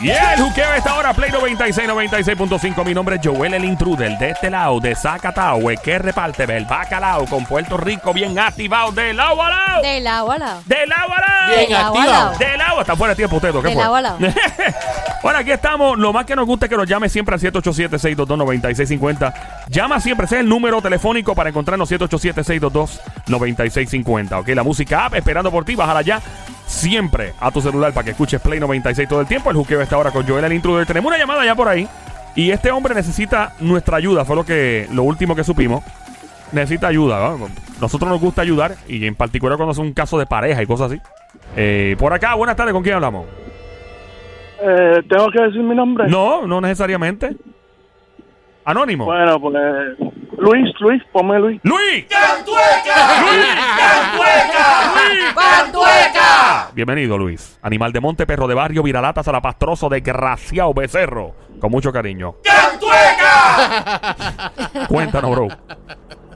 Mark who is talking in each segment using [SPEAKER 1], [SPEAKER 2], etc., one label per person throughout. [SPEAKER 1] Y el juqueo a esta hora, Play 96, 96.5. Mi nombre es Joel el Intruder, de este lado, de Zacatahue, que reparte el bacalao con Puerto Rico bien activado, de lado a lado.
[SPEAKER 2] De lado a lado.
[SPEAKER 1] De lado a lado.
[SPEAKER 2] Bien activado.
[SPEAKER 1] De lado, está fuera de tiempo, Teto. ¿Qué
[SPEAKER 2] De
[SPEAKER 1] fue?
[SPEAKER 2] lado a lado.
[SPEAKER 1] Bueno, aquí estamos. Lo más que nos gusta es que nos llame siempre al 787-622-9650. Llama siempre, ese es el número telefónico para encontrarnos 787-622-9650. Ok, la música app esperando por ti, bájala ya. Siempre a tu celular para que escuches Play 96 todo el tiempo. El juqueo está ahora con Joel el Intruder. Tenemos una llamada ya por ahí. Y este hombre necesita nuestra ayuda, fue lo que lo último que supimos. Necesita ayuda, ¿no? Nosotros nos gusta ayudar y en particular cuando es un caso de pareja y cosas así. Eh, por acá, buenas tardes, ¿con quién hablamos?
[SPEAKER 3] Eh, ¿Tengo que decir mi nombre?
[SPEAKER 1] No, no necesariamente. Anónimo.
[SPEAKER 3] Bueno, pues Luis, Luis, ponme Luis.
[SPEAKER 1] Luis. Bienvenido, Luis. Animal de monte, perro de barrio, viralata, zarapastroso, desgraciado, becerro. Con mucho cariño. Cuéntanos, bro.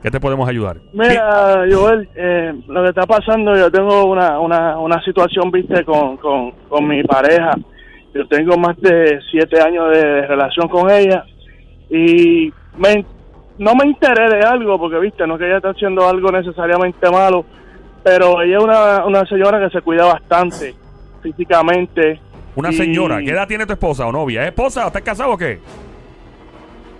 [SPEAKER 1] ¿Qué te podemos ayudar?
[SPEAKER 3] Mira, Joel, eh, lo que está pasando, yo tengo una, una, una situación, viste, con, con, con mi pareja. Yo tengo más de siete años de relación con ella y me, no me enteré de algo, porque, viste, no es que ella está haciendo algo necesariamente malo, pero ella es una, una señora que se cuida bastante físicamente.
[SPEAKER 1] Una
[SPEAKER 3] y
[SPEAKER 1] señora, ¿qué edad tiene tu esposa o novia? ¿Es esposa? ¿Estás casado o qué?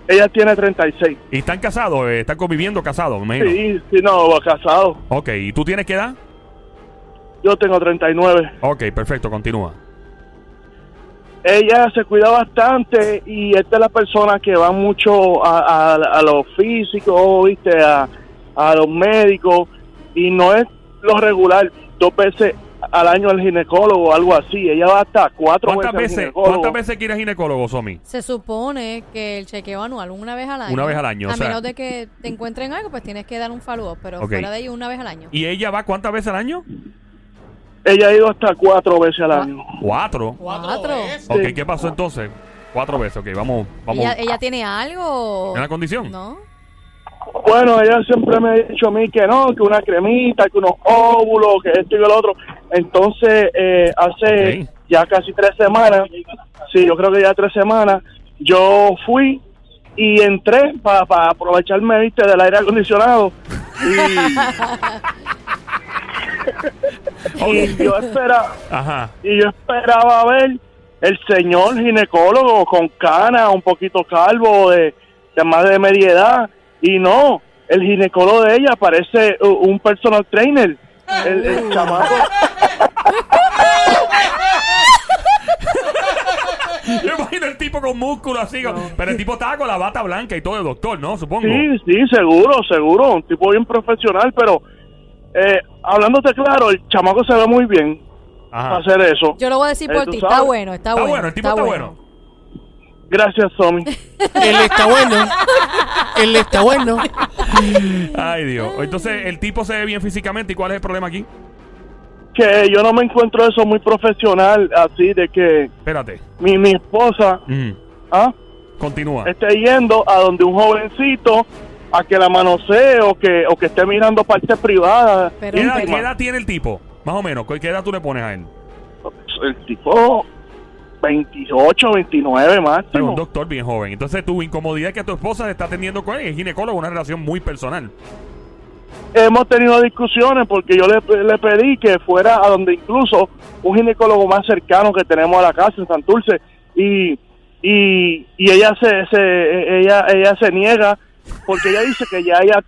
[SPEAKER 3] Ella tiene 36.
[SPEAKER 1] ¿Y están casados? eh, ¿Están conviviendo casados? Me imagino.
[SPEAKER 3] Sí, sí, no, casado.
[SPEAKER 1] Ok, ¿y tú tienes qué edad?
[SPEAKER 3] Yo tengo 39.
[SPEAKER 1] Ok, perfecto, continúa.
[SPEAKER 3] ella se cuida bastante y esta es la persona que va mucho a, a, a los físicos, ¿viste? A, a los médicos y no es lo regular, dos veces al año al ginecólogo o algo así. Ella va hasta cuatro
[SPEAKER 1] ¿Cuántas
[SPEAKER 3] veces, al
[SPEAKER 1] veces,
[SPEAKER 3] ginecólogo.
[SPEAKER 1] ¿cuántas veces quieres ginecólogo, Somi?
[SPEAKER 2] Se supone que el chequeo anual una vez al año.
[SPEAKER 1] Una vez al año, o
[SPEAKER 2] A
[SPEAKER 1] sea-
[SPEAKER 2] menos de que te encuentren algo, pues tienes que dar un follow pero
[SPEAKER 1] Ok.
[SPEAKER 2] fuera de ahí una vez al año.
[SPEAKER 1] ¿Y ella va cuántas veces al año?
[SPEAKER 3] Ella ha ido hasta cuatro veces al año.
[SPEAKER 1] Cuatro.
[SPEAKER 2] Cuatro.
[SPEAKER 1] Ok, ¿qué pasó entonces? Cuatro veces, ok, vamos, vamos.
[SPEAKER 2] ¿Ella, ella tiene algo?
[SPEAKER 1] ¿En la condición?
[SPEAKER 2] ¿No?
[SPEAKER 3] Bueno, ella siempre me ha dicho a mí que no, que una cremita, que unos óvulos, que esto y que lo otro. Entonces, eh, hace
[SPEAKER 1] Ok.
[SPEAKER 3] ya casi tres semanas, sí, yo creo que ya tres semanas, yo fui y entré para aprovecharme, viste, del aire acondicionado. Y yo esperaba,
[SPEAKER 1] Ajá.
[SPEAKER 3] y yo esperaba ver el señor ginecólogo con cana, un poquito calvo, de, de más de media edad, y no, el ginecólogo de ella parece u- un personal trainer, el, el chamaco.
[SPEAKER 1] Yo imagino el tipo con músculo así, pero el tipo estaba con la bata blanca y todo de doctor, ¿no? Supongo.
[SPEAKER 3] Sí, sí, seguro, seguro, un tipo bien profesional, pero eh, hablándote claro, el chamaco se ve muy bien
[SPEAKER 1] Ajá.
[SPEAKER 3] para hacer eso.
[SPEAKER 2] Yo lo voy a decir
[SPEAKER 3] Eh,
[SPEAKER 2] por
[SPEAKER 3] tú
[SPEAKER 2] ti.
[SPEAKER 3] sabes.
[SPEAKER 2] Está bueno, está,
[SPEAKER 1] Está
[SPEAKER 2] bueno.
[SPEAKER 1] bueno, el tipo está bueno.
[SPEAKER 3] Gracias, Tommy.
[SPEAKER 4] Él está bueno. Él está bueno.
[SPEAKER 1] Ay, Dios. Entonces, el tipo se ve bien físicamente. ¿Y cuál es el problema aquí?
[SPEAKER 3] que yo no me encuentro eso muy profesional, así de que
[SPEAKER 1] Espérate.
[SPEAKER 3] mi, mi esposa...
[SPEAKER 1] Mm.
[SPEAKER 3] ¿ah?
[SPEAKER 1] Continúa.
[SPEAKER 3] esté yendo a donde un jovencito a que la manosee o que, o que esté mirando partes privadas.
[SPEAKER 2] Pero-
[SPEAKER 1] ¿Qué edad,
[SPEAKER 2] íntima.
[SPEAKER 1] qué edad tiene el tipo? Más o menos. ¿Qué edad tú le pones a él?
[SPEAKER 3] El tipo 28, 29
[SPEAKER 1] Es un
[SPEAKER 3] máximo.
[SPEAKER 1] doctor bien joven. Entonces, tu incomodidad es que tu esposa está atendiendo con él. Es ginecólogo, una relación muy personal.
[SPEAKER 3] Hemos tenido discusiones porque yo le, le pedí que fuera a donde incluso un ginecólogo más cercano que tenemos a la casa en Santurce y, y, y ella se, se ella ella se niega porque ella dice que ya ella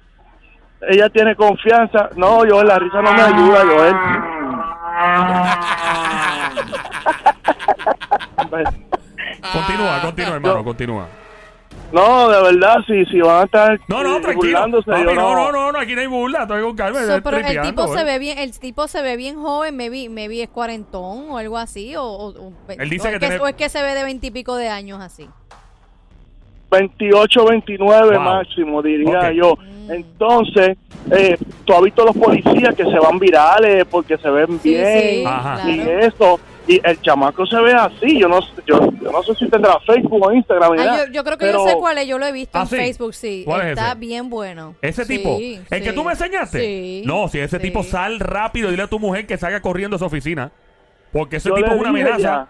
[SPEAKER 3] ella tiene confianza. No, yo la risa no me ayuda, Joel.
[SPEAKER 1] Continúa, continúa, hermano, continúa.
[SPEAKER 3] No, de verdad, si, si van a estar
[SPEAKER 1] No, no,
[SPEAKER 3] eh,
[SPEAKER 1] tranquilo.
[SPEAKER 3] burlándose,
[SPEAKER 1] Papi,
[SPEAKER 3] yo
[SPEAKER 1] no, no, no, no, aquí no hay burla. Estoy con calma.
[SPEAKER 2] So,
[SPEAKER 1] estoy
[SPEAKER 2] pero el
[SPEAKER 1] tripeando,
[SPEAKER 2] tipo se
[SPEAKER 1] ¿eh?
[SPEAKER 2] ve bien, el tipo se ve bien joven, maybe, maybe es cuarentón o algo así, o, o- o-
[SPEAKER 1] Él dice
[SPEAKER 2] o
[SPEAKER 1] que
[SPEAKER 2] es que,
[SPEAKER 1] tiene-
[SPEAKER 2] o es que se ve de veintipico de años así.
[SPEAKER 3] 28, 29
[SPEAKER 1] Wow.
[SPEAKER 3] máximo, diría
[SPEAKER 1] Ok.
[SPEAKER 3] yo. Entonces, eh, tú has visto los policías que se van virales porque se ven
[SPEAKER 2] Sí, sí,
[SPEAKER 3] bien
[SPEAKER 1] Ajá.
[SPEAKER 2] claro.
[SPEAKER 3] y eso. Y el chamaco se ve así. Yo no, sé- yo, yo no sé si tendrá Facebook o Instagram.
[SPEAKER 2] Ay,
[SPEAKER 3] ¿verdad?
[SPEAKER 2] Ah, yo, yo creo que
[SPEAKER 3] Pero
[SPEAKER 2] yo sé cuál es, yo lo he visto
[SPEAKER 1] ¿Ah,
[SPEAKER 2] en
[SPEAKER 1] sí?
[SPEAKER 2] Facebook, sí.
[SPEAKER 1] ¿Cuál es
[SPEAKER 2] Está
[SPEAKER 1] ese?
[SPEAKER 2] bien bueno.
[SPEAKER 1] Ese
[SPEAKER 2] Sí,
[SPEAKER 1] tipo, el que
[SPEAKER 2] sí.
[SPEAKER 1] tú me enseñaste.
[SPEAKER 2] Sí,
[SPEAKER 1] no, si ese
[SPEAKER 2] sí.
[SPEAKER 1] tipo sal rápido, dile a tu mujer que salga corriendo a su oficina. Porque ese
[SPEAKER 3] Yo
[SPEAKER 1] tipo
[SPEAKER 3] le
[SPEAKER 1] es una
[SPEAKER 3] dije
[SPEAKER 1] amenaza.
[SPEAKER 3] ya.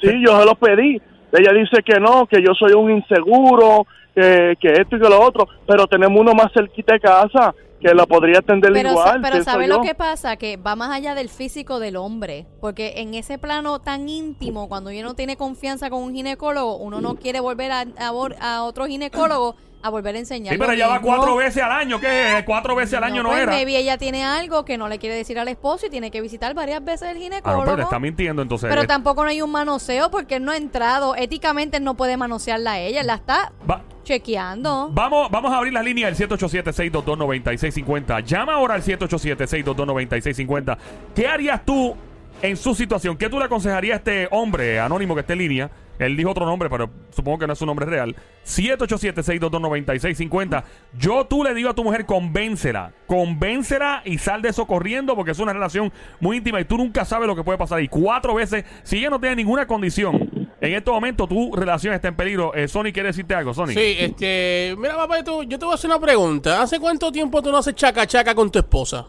[SPEAKER 3] Sí, yo se los pedí. Ella dice que no, que yo soy un inseguro, que, que esto y que lo otro, pero tenemos uno más cerquita de casa que la podría atender
[SPEAKER 2] Pero,
[SPEAKER 3] igual.
[SPEAKER 2] sa- pero
[SPEAKER 3] pienso
[SPEAKER 2] ¿sabe
[SPEAKER 3] yo.
[SPEAKER 2] lo que pasa? Que va más allá del físico del hombre. Porque en ese plano tan íntimo, cuando uno no tiene confianza con un ginecólogo, uno no quiere volver a, a vol- a otro ginecólogo a volver a enseñar.
[SPEAKER 1] Sí, pero ella va cuatro veces al año. ¿Qué? Cuatro veces al año no,
[SPEAKER 2] pues
[SPEAKER 1] era.
[SPEAKER 2] Maybe ella tiene algo que no le quiere decir al esposo y tiene que visitar varias veces el
[SPEAKER 1] Ah, no,
[SPEAKER 2] ginecólogo.
[SPEAKER 1] pero le está mintiendo entonces.
[SPEAKER 2] Pero
[SPEAKER 1] Eh,
[SPEAKER 2] tampoco no hay un manoseo porque él no ha entrado. Éticamente él no puede manosearla a ella. Él la está
[SPEAKER 1] va-
[SPEAKER 2] chequeando.
[SPEAKER 1] Vamos, vamos a abrir la línea del 787-622-9650. Llama ahora al 787-622-9650. ¿Qué harías tú en su situación? ¿Qué tú le aconsejarías a este hombre anónimo que esté en línea? Él dijo otro nombre, pero supongo que no es su nombre real. 787-622-9650. Yo tú le digo a tu mujer, convéncela. Convéncela y sal de eso corriendo porque es una relación muy íntima y tú nunca sabes lo que puede pasar. Y cuatro veces, si ella no tiene ninguna condición, en este momento tu relación está en peligro. Eh, Sony quiere decirte algo, Sony.
[SPEAKER 4] Sí, este. Mira, papá, tú- yo te voy a hacer una pregunta. ¿Hace cuánto tiempo tú no haces chaca chaca con tu esposa?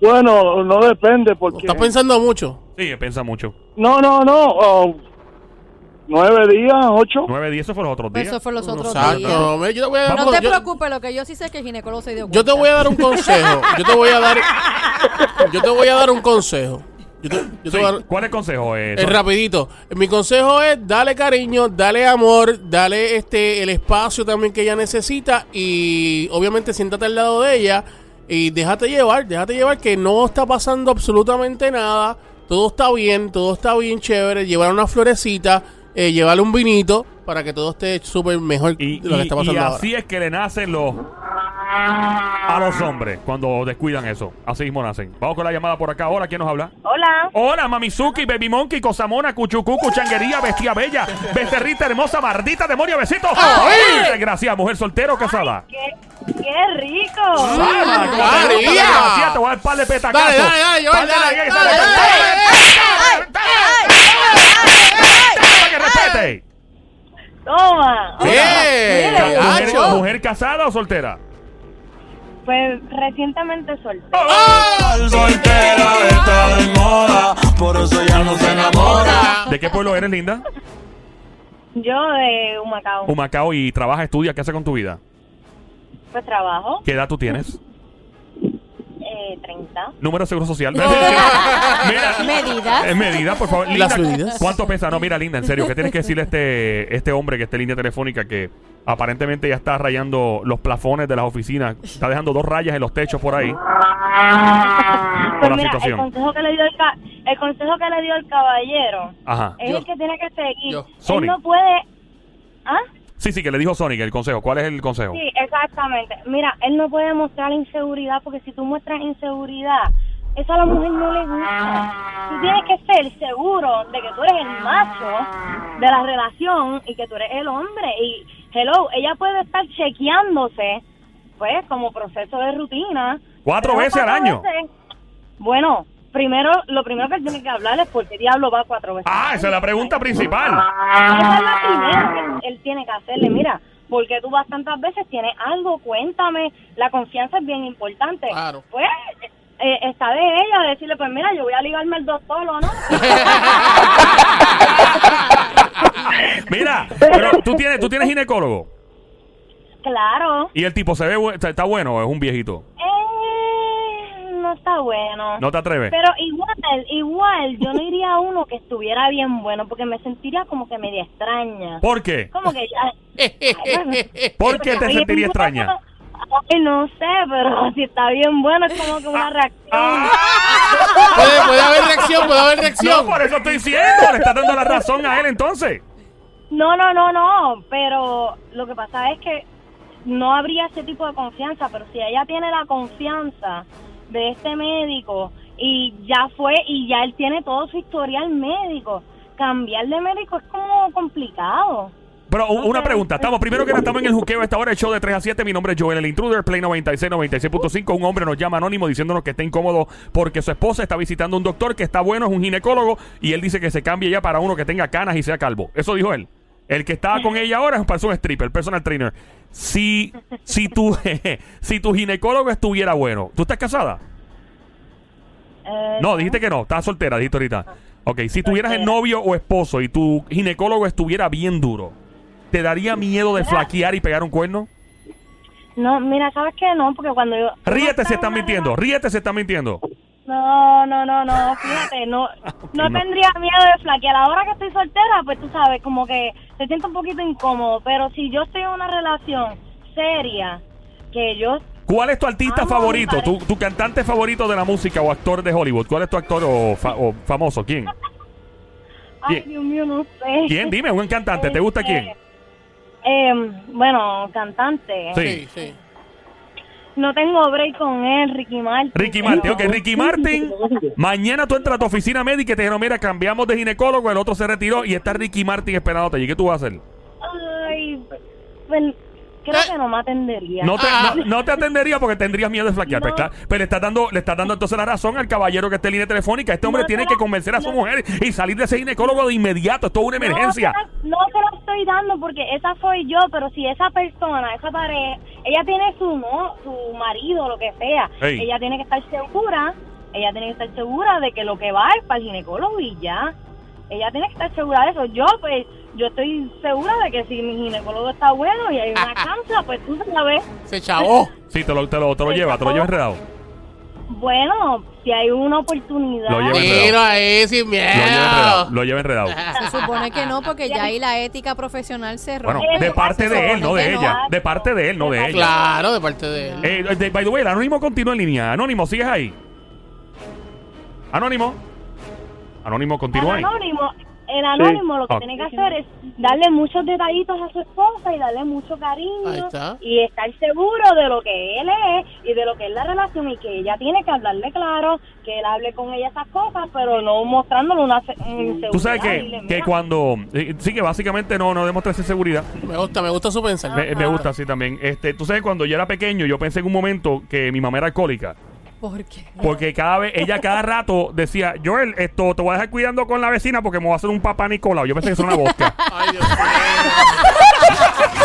[SPEAKER 3] Bueno, no depende
[SPEAKER 4] ¿O
[SPEAKER 3] porque...
[SPEAKER 4] Estás pensando mucho.
[SPEAKER 1] Sí, piensa mucho.
[SPEAKER 3] No, no, no. oh, nueve días, ocho.
[SPEAKER 1] 9, 10, eso fue los otros
[SPEAKER 2] Pues
[SPEAKER 1] días.
[SPEAKER 2] eso fue los otros días.
[SPEAKER 4] Exacto. ve, Yo te voy a dar
[SPEAKER 2] No
[SPEAKER 4] una-
[SPEAKER 2] te
[SPEAKER 4] yo-
[SPEAKER 2] preocupes, lo que yo sí sé es que el ginecólogo se dio cuenta.
[SPEAKER 4] Yo te voy a dar un consejo. Yo te voy a dar. Yo te voy a dar un consejo. Yo te, yo te
[SPEAKER 1] Sí,
[SPEAKER 4] voy a dar.
[SPEAKER 1] ¿Cuál es el consejo? eh,
[SPEAKER 4] Es
[SPEAKER 1] Sony?
[SPEAKER 4] rapidito. Mi consejo es dale cariño, dale amor, dale este el espacio también que ella necesita y obviamente siéntate al lado de ella y déjate llevar, déjate llevar que no está pasando absolutamente nada, todo está bien, todo está bien chévere, llevar una florecita, eh, llevarle un vinito para que todo esté súper mejor
[SPEAKER 1] y,
[SPEAKER 4] de lo que
[SPEAKER 1] y-
[SPEAKER 4] está
[SPEAKER 1] y
[SPEAKER 4] pasando ahora.
[SPEAKER 1] así es que le nacen los a los hombres cuando descuidan eso. Así mismo nacen. Vamos con la llamada por acá. Hola, ¿quién nos habla?
[SPEAKER 5] Hola.
[SPEAKER 1] Hola, Mamizuki, Baby Monkey, Cosamona, Cuchucucu, Changuería, Bestia Bella, Becerrita Hermosa, Mardita, Demonio, Besito. ¡Ay! Desgraciada, mujer soltera o casada.
[SPEAKER 5] Qué, qué rico.
[SPEAKER 1] ¡Salva! como te
[SPEAKER 4] María!
[SPEAKER 1] gusta, desgraciada, Te voy a dar un par de petacazos.
[SPEAKER 4] Dale, dale, dale, Joel,
[SPEAKER 1] Par de
[SPEAKER 4] dale,
[SPEAKER 1] nalgas y
[SPEAKER 4] dale,
[SPEAKER 1] sale-
[SPEAKER 4] dale,
[SPEAKER 1] ¡Dale, dale, dale! ¡Para que respete!
[SPEAKER 5] Toma.
[SPEAKER 4] ¡Bien!
[SPEAKER 5] Mira,
[SPEAKER 1] Mujer-
[SPEAKER 4] ¡Gacho!
[SPEAKER 1] ¿Mujer casada o soltera?
[SPEAKER 5] Pues recientemente solté.
[SPEAKER 6] soltera está de moda, por eso ya no se enamora.
[SPEAKER 5] Ah.
[SPEAKER 1] ¿De qué pueblo eres, linda?
[SPEAKER 5] Yo de Humacao.
[SPEAKER 1] Humacao y trabaja, estudia, ¿qué hace con tu vida?
[SPEAKER 5] Pues trabajo.
[SPEAKER 1] ¿Qué edad tú tienes?
[SPEAKER 5] Eh, 30.
[SPEAKER 1] Número de seguro social. Mira,
[SPEAKER 2] Medidas.
[SPEAKER 1] eh, medidas, por favor.
[SPEAKER 4] Las
[SPEAKER 1] Linda,
[SPEAKER 4] medidas.
[SPEAKER 1] ¿Cuánto pesa? No, mira, Linda, en serio, ¿qué tienes que decirle a este, este hombre que está en línea telefónica que aparentemente ya está rayando los plafones de las oficinas? Está dejando dos rayas en los techos por ahí.
[SPEAKER 5] Pues
[SPEAKER 1] la
[SPEAKER 5] mira,
[SPEAKER 1] situación.
[SPEAKER 5] el consejo que le dio el, ca- el consejo que le dio el caballero
[SPEAKER 1] Ajá.
[SPEAKER 5] es
[SPEAKER 4] Yo.
[SPEAKER 5] el que tiene que seguir.
[SPEAKER 4] Yo.
[SPEAKER 1] Sorry.
[SPEAKER 5] Él no puede ¿Ah?
[SPEAKER 1] Sí, sí, que le dijo Sonic el consejo. ¿Cuál es el consejo?
[SPEAKER 5] Sí, exactamente. Mira, él no puede mostrar inseguridad porque si tú muestras inseguridad, eso a la mujer no le gusta. Tú tienes que ser seguro de que tú eres el macho de la relación y que tú eres el hombre. Y, hello, ella puede estar chequeándose, pues, como proceso de rutina.
[SPEAKER 1] Cuatro
[SPEAKER 5] Pero
[SPEAKER 1] veces al
[SPEAKER 5] cuatro
[SPEAKER 1] año.
[SPEAKER 5] veces- Bueno, primero, lo primero que él tiene que hablar es por qué diablo va cuatro veces.
[SPEAKER 1] Ah,
[SPEAKER 5] al
[SPEAKER 1] esa es la
[SPEAKER 5] año.
[SPEAKER 1] pregunta
[SPEAKER 5] Ah.
[SPEAKER 1] principal.
[SPEAKER 5] Esa es la primera que él tiene que hacerle. Mira, porque tú vas tantas veces, tienes algo, cuéntame. La confianza es bien importante.
[SPEAKER 4] Claro.
[SPEAKER 5] Pues eh, está de ella decirle, pues mira, yo voy a ligarme el dos solo, ¿no?
[SPEAKER 1] Mira, pero tú tienes, tú tienes ginecólogo.
[SPEAKER 5] claro.
[SPEAKER 1] Y el tipo se ve, bu- está- está bueno, o es un viejito.
[SPEAKER 5] Eh, no está bueno.
[SPEAKER 1] No te atreves.
[SPEAKER 5] Pero igual, igual, yo no iría a uno que estuviera bien bueno, porque me sentiría como que media extraña.
[SPEAKER 1] ¿Por qué?
[SPEAKER 5] Como que ya... eh,
[SPEAKER 1] ¿Por qué te
[SPEAKER 5] Oye,
[SPEAKER 1] sentiría
[SPEAKER 5] no,
[SPEAKER 1] extraña?
[SPEAKER 5] Ay, no sé, pero si está bien bueno es como que una reacción.
[SPEAKER 4] Puede, puede haber reacción, puede haber reacción.
[SPEAKER 1] No, por eso estoy diciendo. Le estás dando la razón a él entonces.
[SPEAKER 5] No, no, no, no, pero lo que pasa es que no habría ese tipo de confianza, pero si ella tiene la confianza de este médico y ya fue y ya él tiene todo su historial médico, cambiar de médico es como complicado.
[SPEAKER 1] Pero u- una
[SPEAKER 5] Ok.
[SPEAKER 1] pregunta, estamos primero que nada, estamos en el juqueo a esta hora, el show de 3 a 7, mi nombre es Joel, el intruder, Play 96, 96.5, un hombre nos llama anónimo diciéndonos que está incómodo porque su esposa está visitando a un doctor que está bueno, es un ginecólogo, y él dice que se cambie ya para uno que tenga canas y sea calvo. Eso dijo él. El que estaba con ella ahora es parece un stripper, personal trainer. Si, si, tu, si tu ginecólogo estuviera bueno, ¿tú estás casada?
[SPEAKER 5] Eh,
[SPEAKER 1] No, dijiste que no, estás soltera, dijiste ahorita. Ok, si tuvieras el
[SPEAKER 5] Soltera.
[SPEAKER 1] novio o esposo y tu ginecólogo estuviera bien duro, ¿te daría miedo de flaquear y pegar un cuerno?
[SPEAKER 5] No, mira, ¿sabes qué? No, porque cuando yo...
[SPEAKER 1] Ríete
[SPEAKER 5] uno
[SPEAKER 1] si
[SPEAKER 5] está
[SPEAKER 1] están
[SPEAKER 5] en una
[SPEAKER 1] mintiendo, ríete si están mintiendo.
[SPEAKER 5] No, no, no, no, fíjate, no, no
[SPEAKER 1] Ah, no.
[SPEAKER 5] tendría miedo de flaquear. Ahora que estoy soltera, pues tú sabes, como que se siente un poquito incómodo, pero si yo estoy en una relación seria, que yo,
[SPEAKER 1] ¿Cuál es tu artista
[SPEAKER 5] Amo a mi
[SPEAKER 1] favorito? Tu,
[SPEAKER 5] pareja.
[SPEAKER 1] tu cantante favorito de la música o actor de Hollywood? ¿Cuál es tu actor o, fa- o famoso? ¿Quién?
[SPEAKER 5] ay,
[SPEAKER 1] ¿Quién?
[SPEAKER 5] Dios mío, no sé.
[SPEAKER 1] ¿Quién? Dime, un cantante. ¿Te gusta quién?
[SPEAKER 5] Eh, bueno, cantante.
[SPEAKER 1] pues, Sí.
[SPEAKER 4] sí.
[SPEAKER 5] No tengo break con él, Ricky Martin.
[SPEAKER 1] Ricky
[SPEAKER 5] pero-
[SPEAKER 1] Martin. Ok, Ricky Martin. Mañana tú entras a tu oficina médica y te dijeron, mira, cambiamos de ginecólogo, el otro se retiró y está Ricky Martin esperándote. ¿Y qué tú vas a hacer?
[SPEAKER 5] Ay, pues, creo que no me atendería.
[SPEAKER 1] Eh, No te,
[SPEAKER 4] Ah.
[SPEAKER 1] no, no te atendería porque tendrías miedo de flaquear. Pero,
[SPEAKER 5] No.
[SPEAKER 1] está- pero le estás dando, le estás dando entonces la razón al caballero que esté en línea telefónica. Este hombre
[SPEAKER 5] No te
[SPEAKER 1] tiene
[SPEAKER 5] la-
[SPEAKER 1] que convencer a su
[SPEAKER 5] no.
[SPEAKER 1] mujer y salir de ese ginecólogo de inmediato. Esto es una emergencia.
[SPEAKER 5] No se, la, no se la estoy dando porque esa soy yo, pero si esa persona, esa pareja, ella tiene su no, su marido, lo que sea,
[SPEAKER 1] Ey.
[SPEAKER 5] ella tiene que estar segura, ella tiene que estar segura de que lo que va es para el ginecólogo y ya. Ella tiene que estar segura de eso. Yo, pues, yo estoy segura de que si mi ginecólogo está bueno y hay una cáncer, pues tú sabes.
[SPEAKER 4] Se chavó.
[SPEAKER 1] Sí, te lo, te lo, te lo lleva, te lo lleva enredado.
[SPEAKER 5] Bueno, si hay una oportunidad.
[SPEAKER 1] Lo lleva-
[SPEAKER 4] Mira ahí sin
[SPEAKER 1] Lo lleva enredado.
[SPEAKER 4] miedo.
[SPEAKER 1] Lo lleva enredado.
[SPEAKER 2] Se supone que no, porque ya ahí la ética profesional cerró.
[SPEAKER 1] Bueno, de parte de él, no de ella. De parte de él, no de ella.
[SPEAKER 4] Claro, de parte de él.
[SPEAKER 1] Eh, de- by the way, el anónimo continúa en línea. Anónimo, sigues ahí. Anónimo. Anónimo,
[SPEAKER 5] El
[SPEAKER 1] continúa ahí.
[SPEAKER 5] anónimo, el anónimo lo que
[SPEAKER 1] Ah.
[SPEAKER 5] tiene que hacer es darle muchos detallitos a su esposa y darle mucho
[SPEAKER 4] Ahí
[SPEAKER 5] cariño
[SPEAKER 4] está.
[SPEAKER 5] y estar seguro de lo que él es y de lo que es la relación y que ella tiene que hablarle claro, que él hable con ella esas cosas, pero no mostrándole una se- inseguridad.
[SPEAKER 1] Tú sabes
[SPEAKER 5] Dile,
[SPEAKER 1] que, que
[SPEAKER 5] mira,
[SPEAKER 1] cuando... eh, Sí, que básicamente no, no demuestra esa seguridad.
[SPEAKER 4] Me gusta, me gusta su pensar.
[SPEAKER 1] Me, me gusta así también. Este, tú sabes, cuando yo era pequeño, yo pensé en un momento que mi mamá era alcohólica.
[SPEAKER 2] ¿Por qué?
[SPEAKER 1] Porque cada vez, ella cada rato decía, Joel, esto te voy a dejar cuidando con la vecina porque me voy a hacer un papá Nicolau. Yo pensé que eso era una vodka.
[SPEAKER 4] Ay, Dios mío.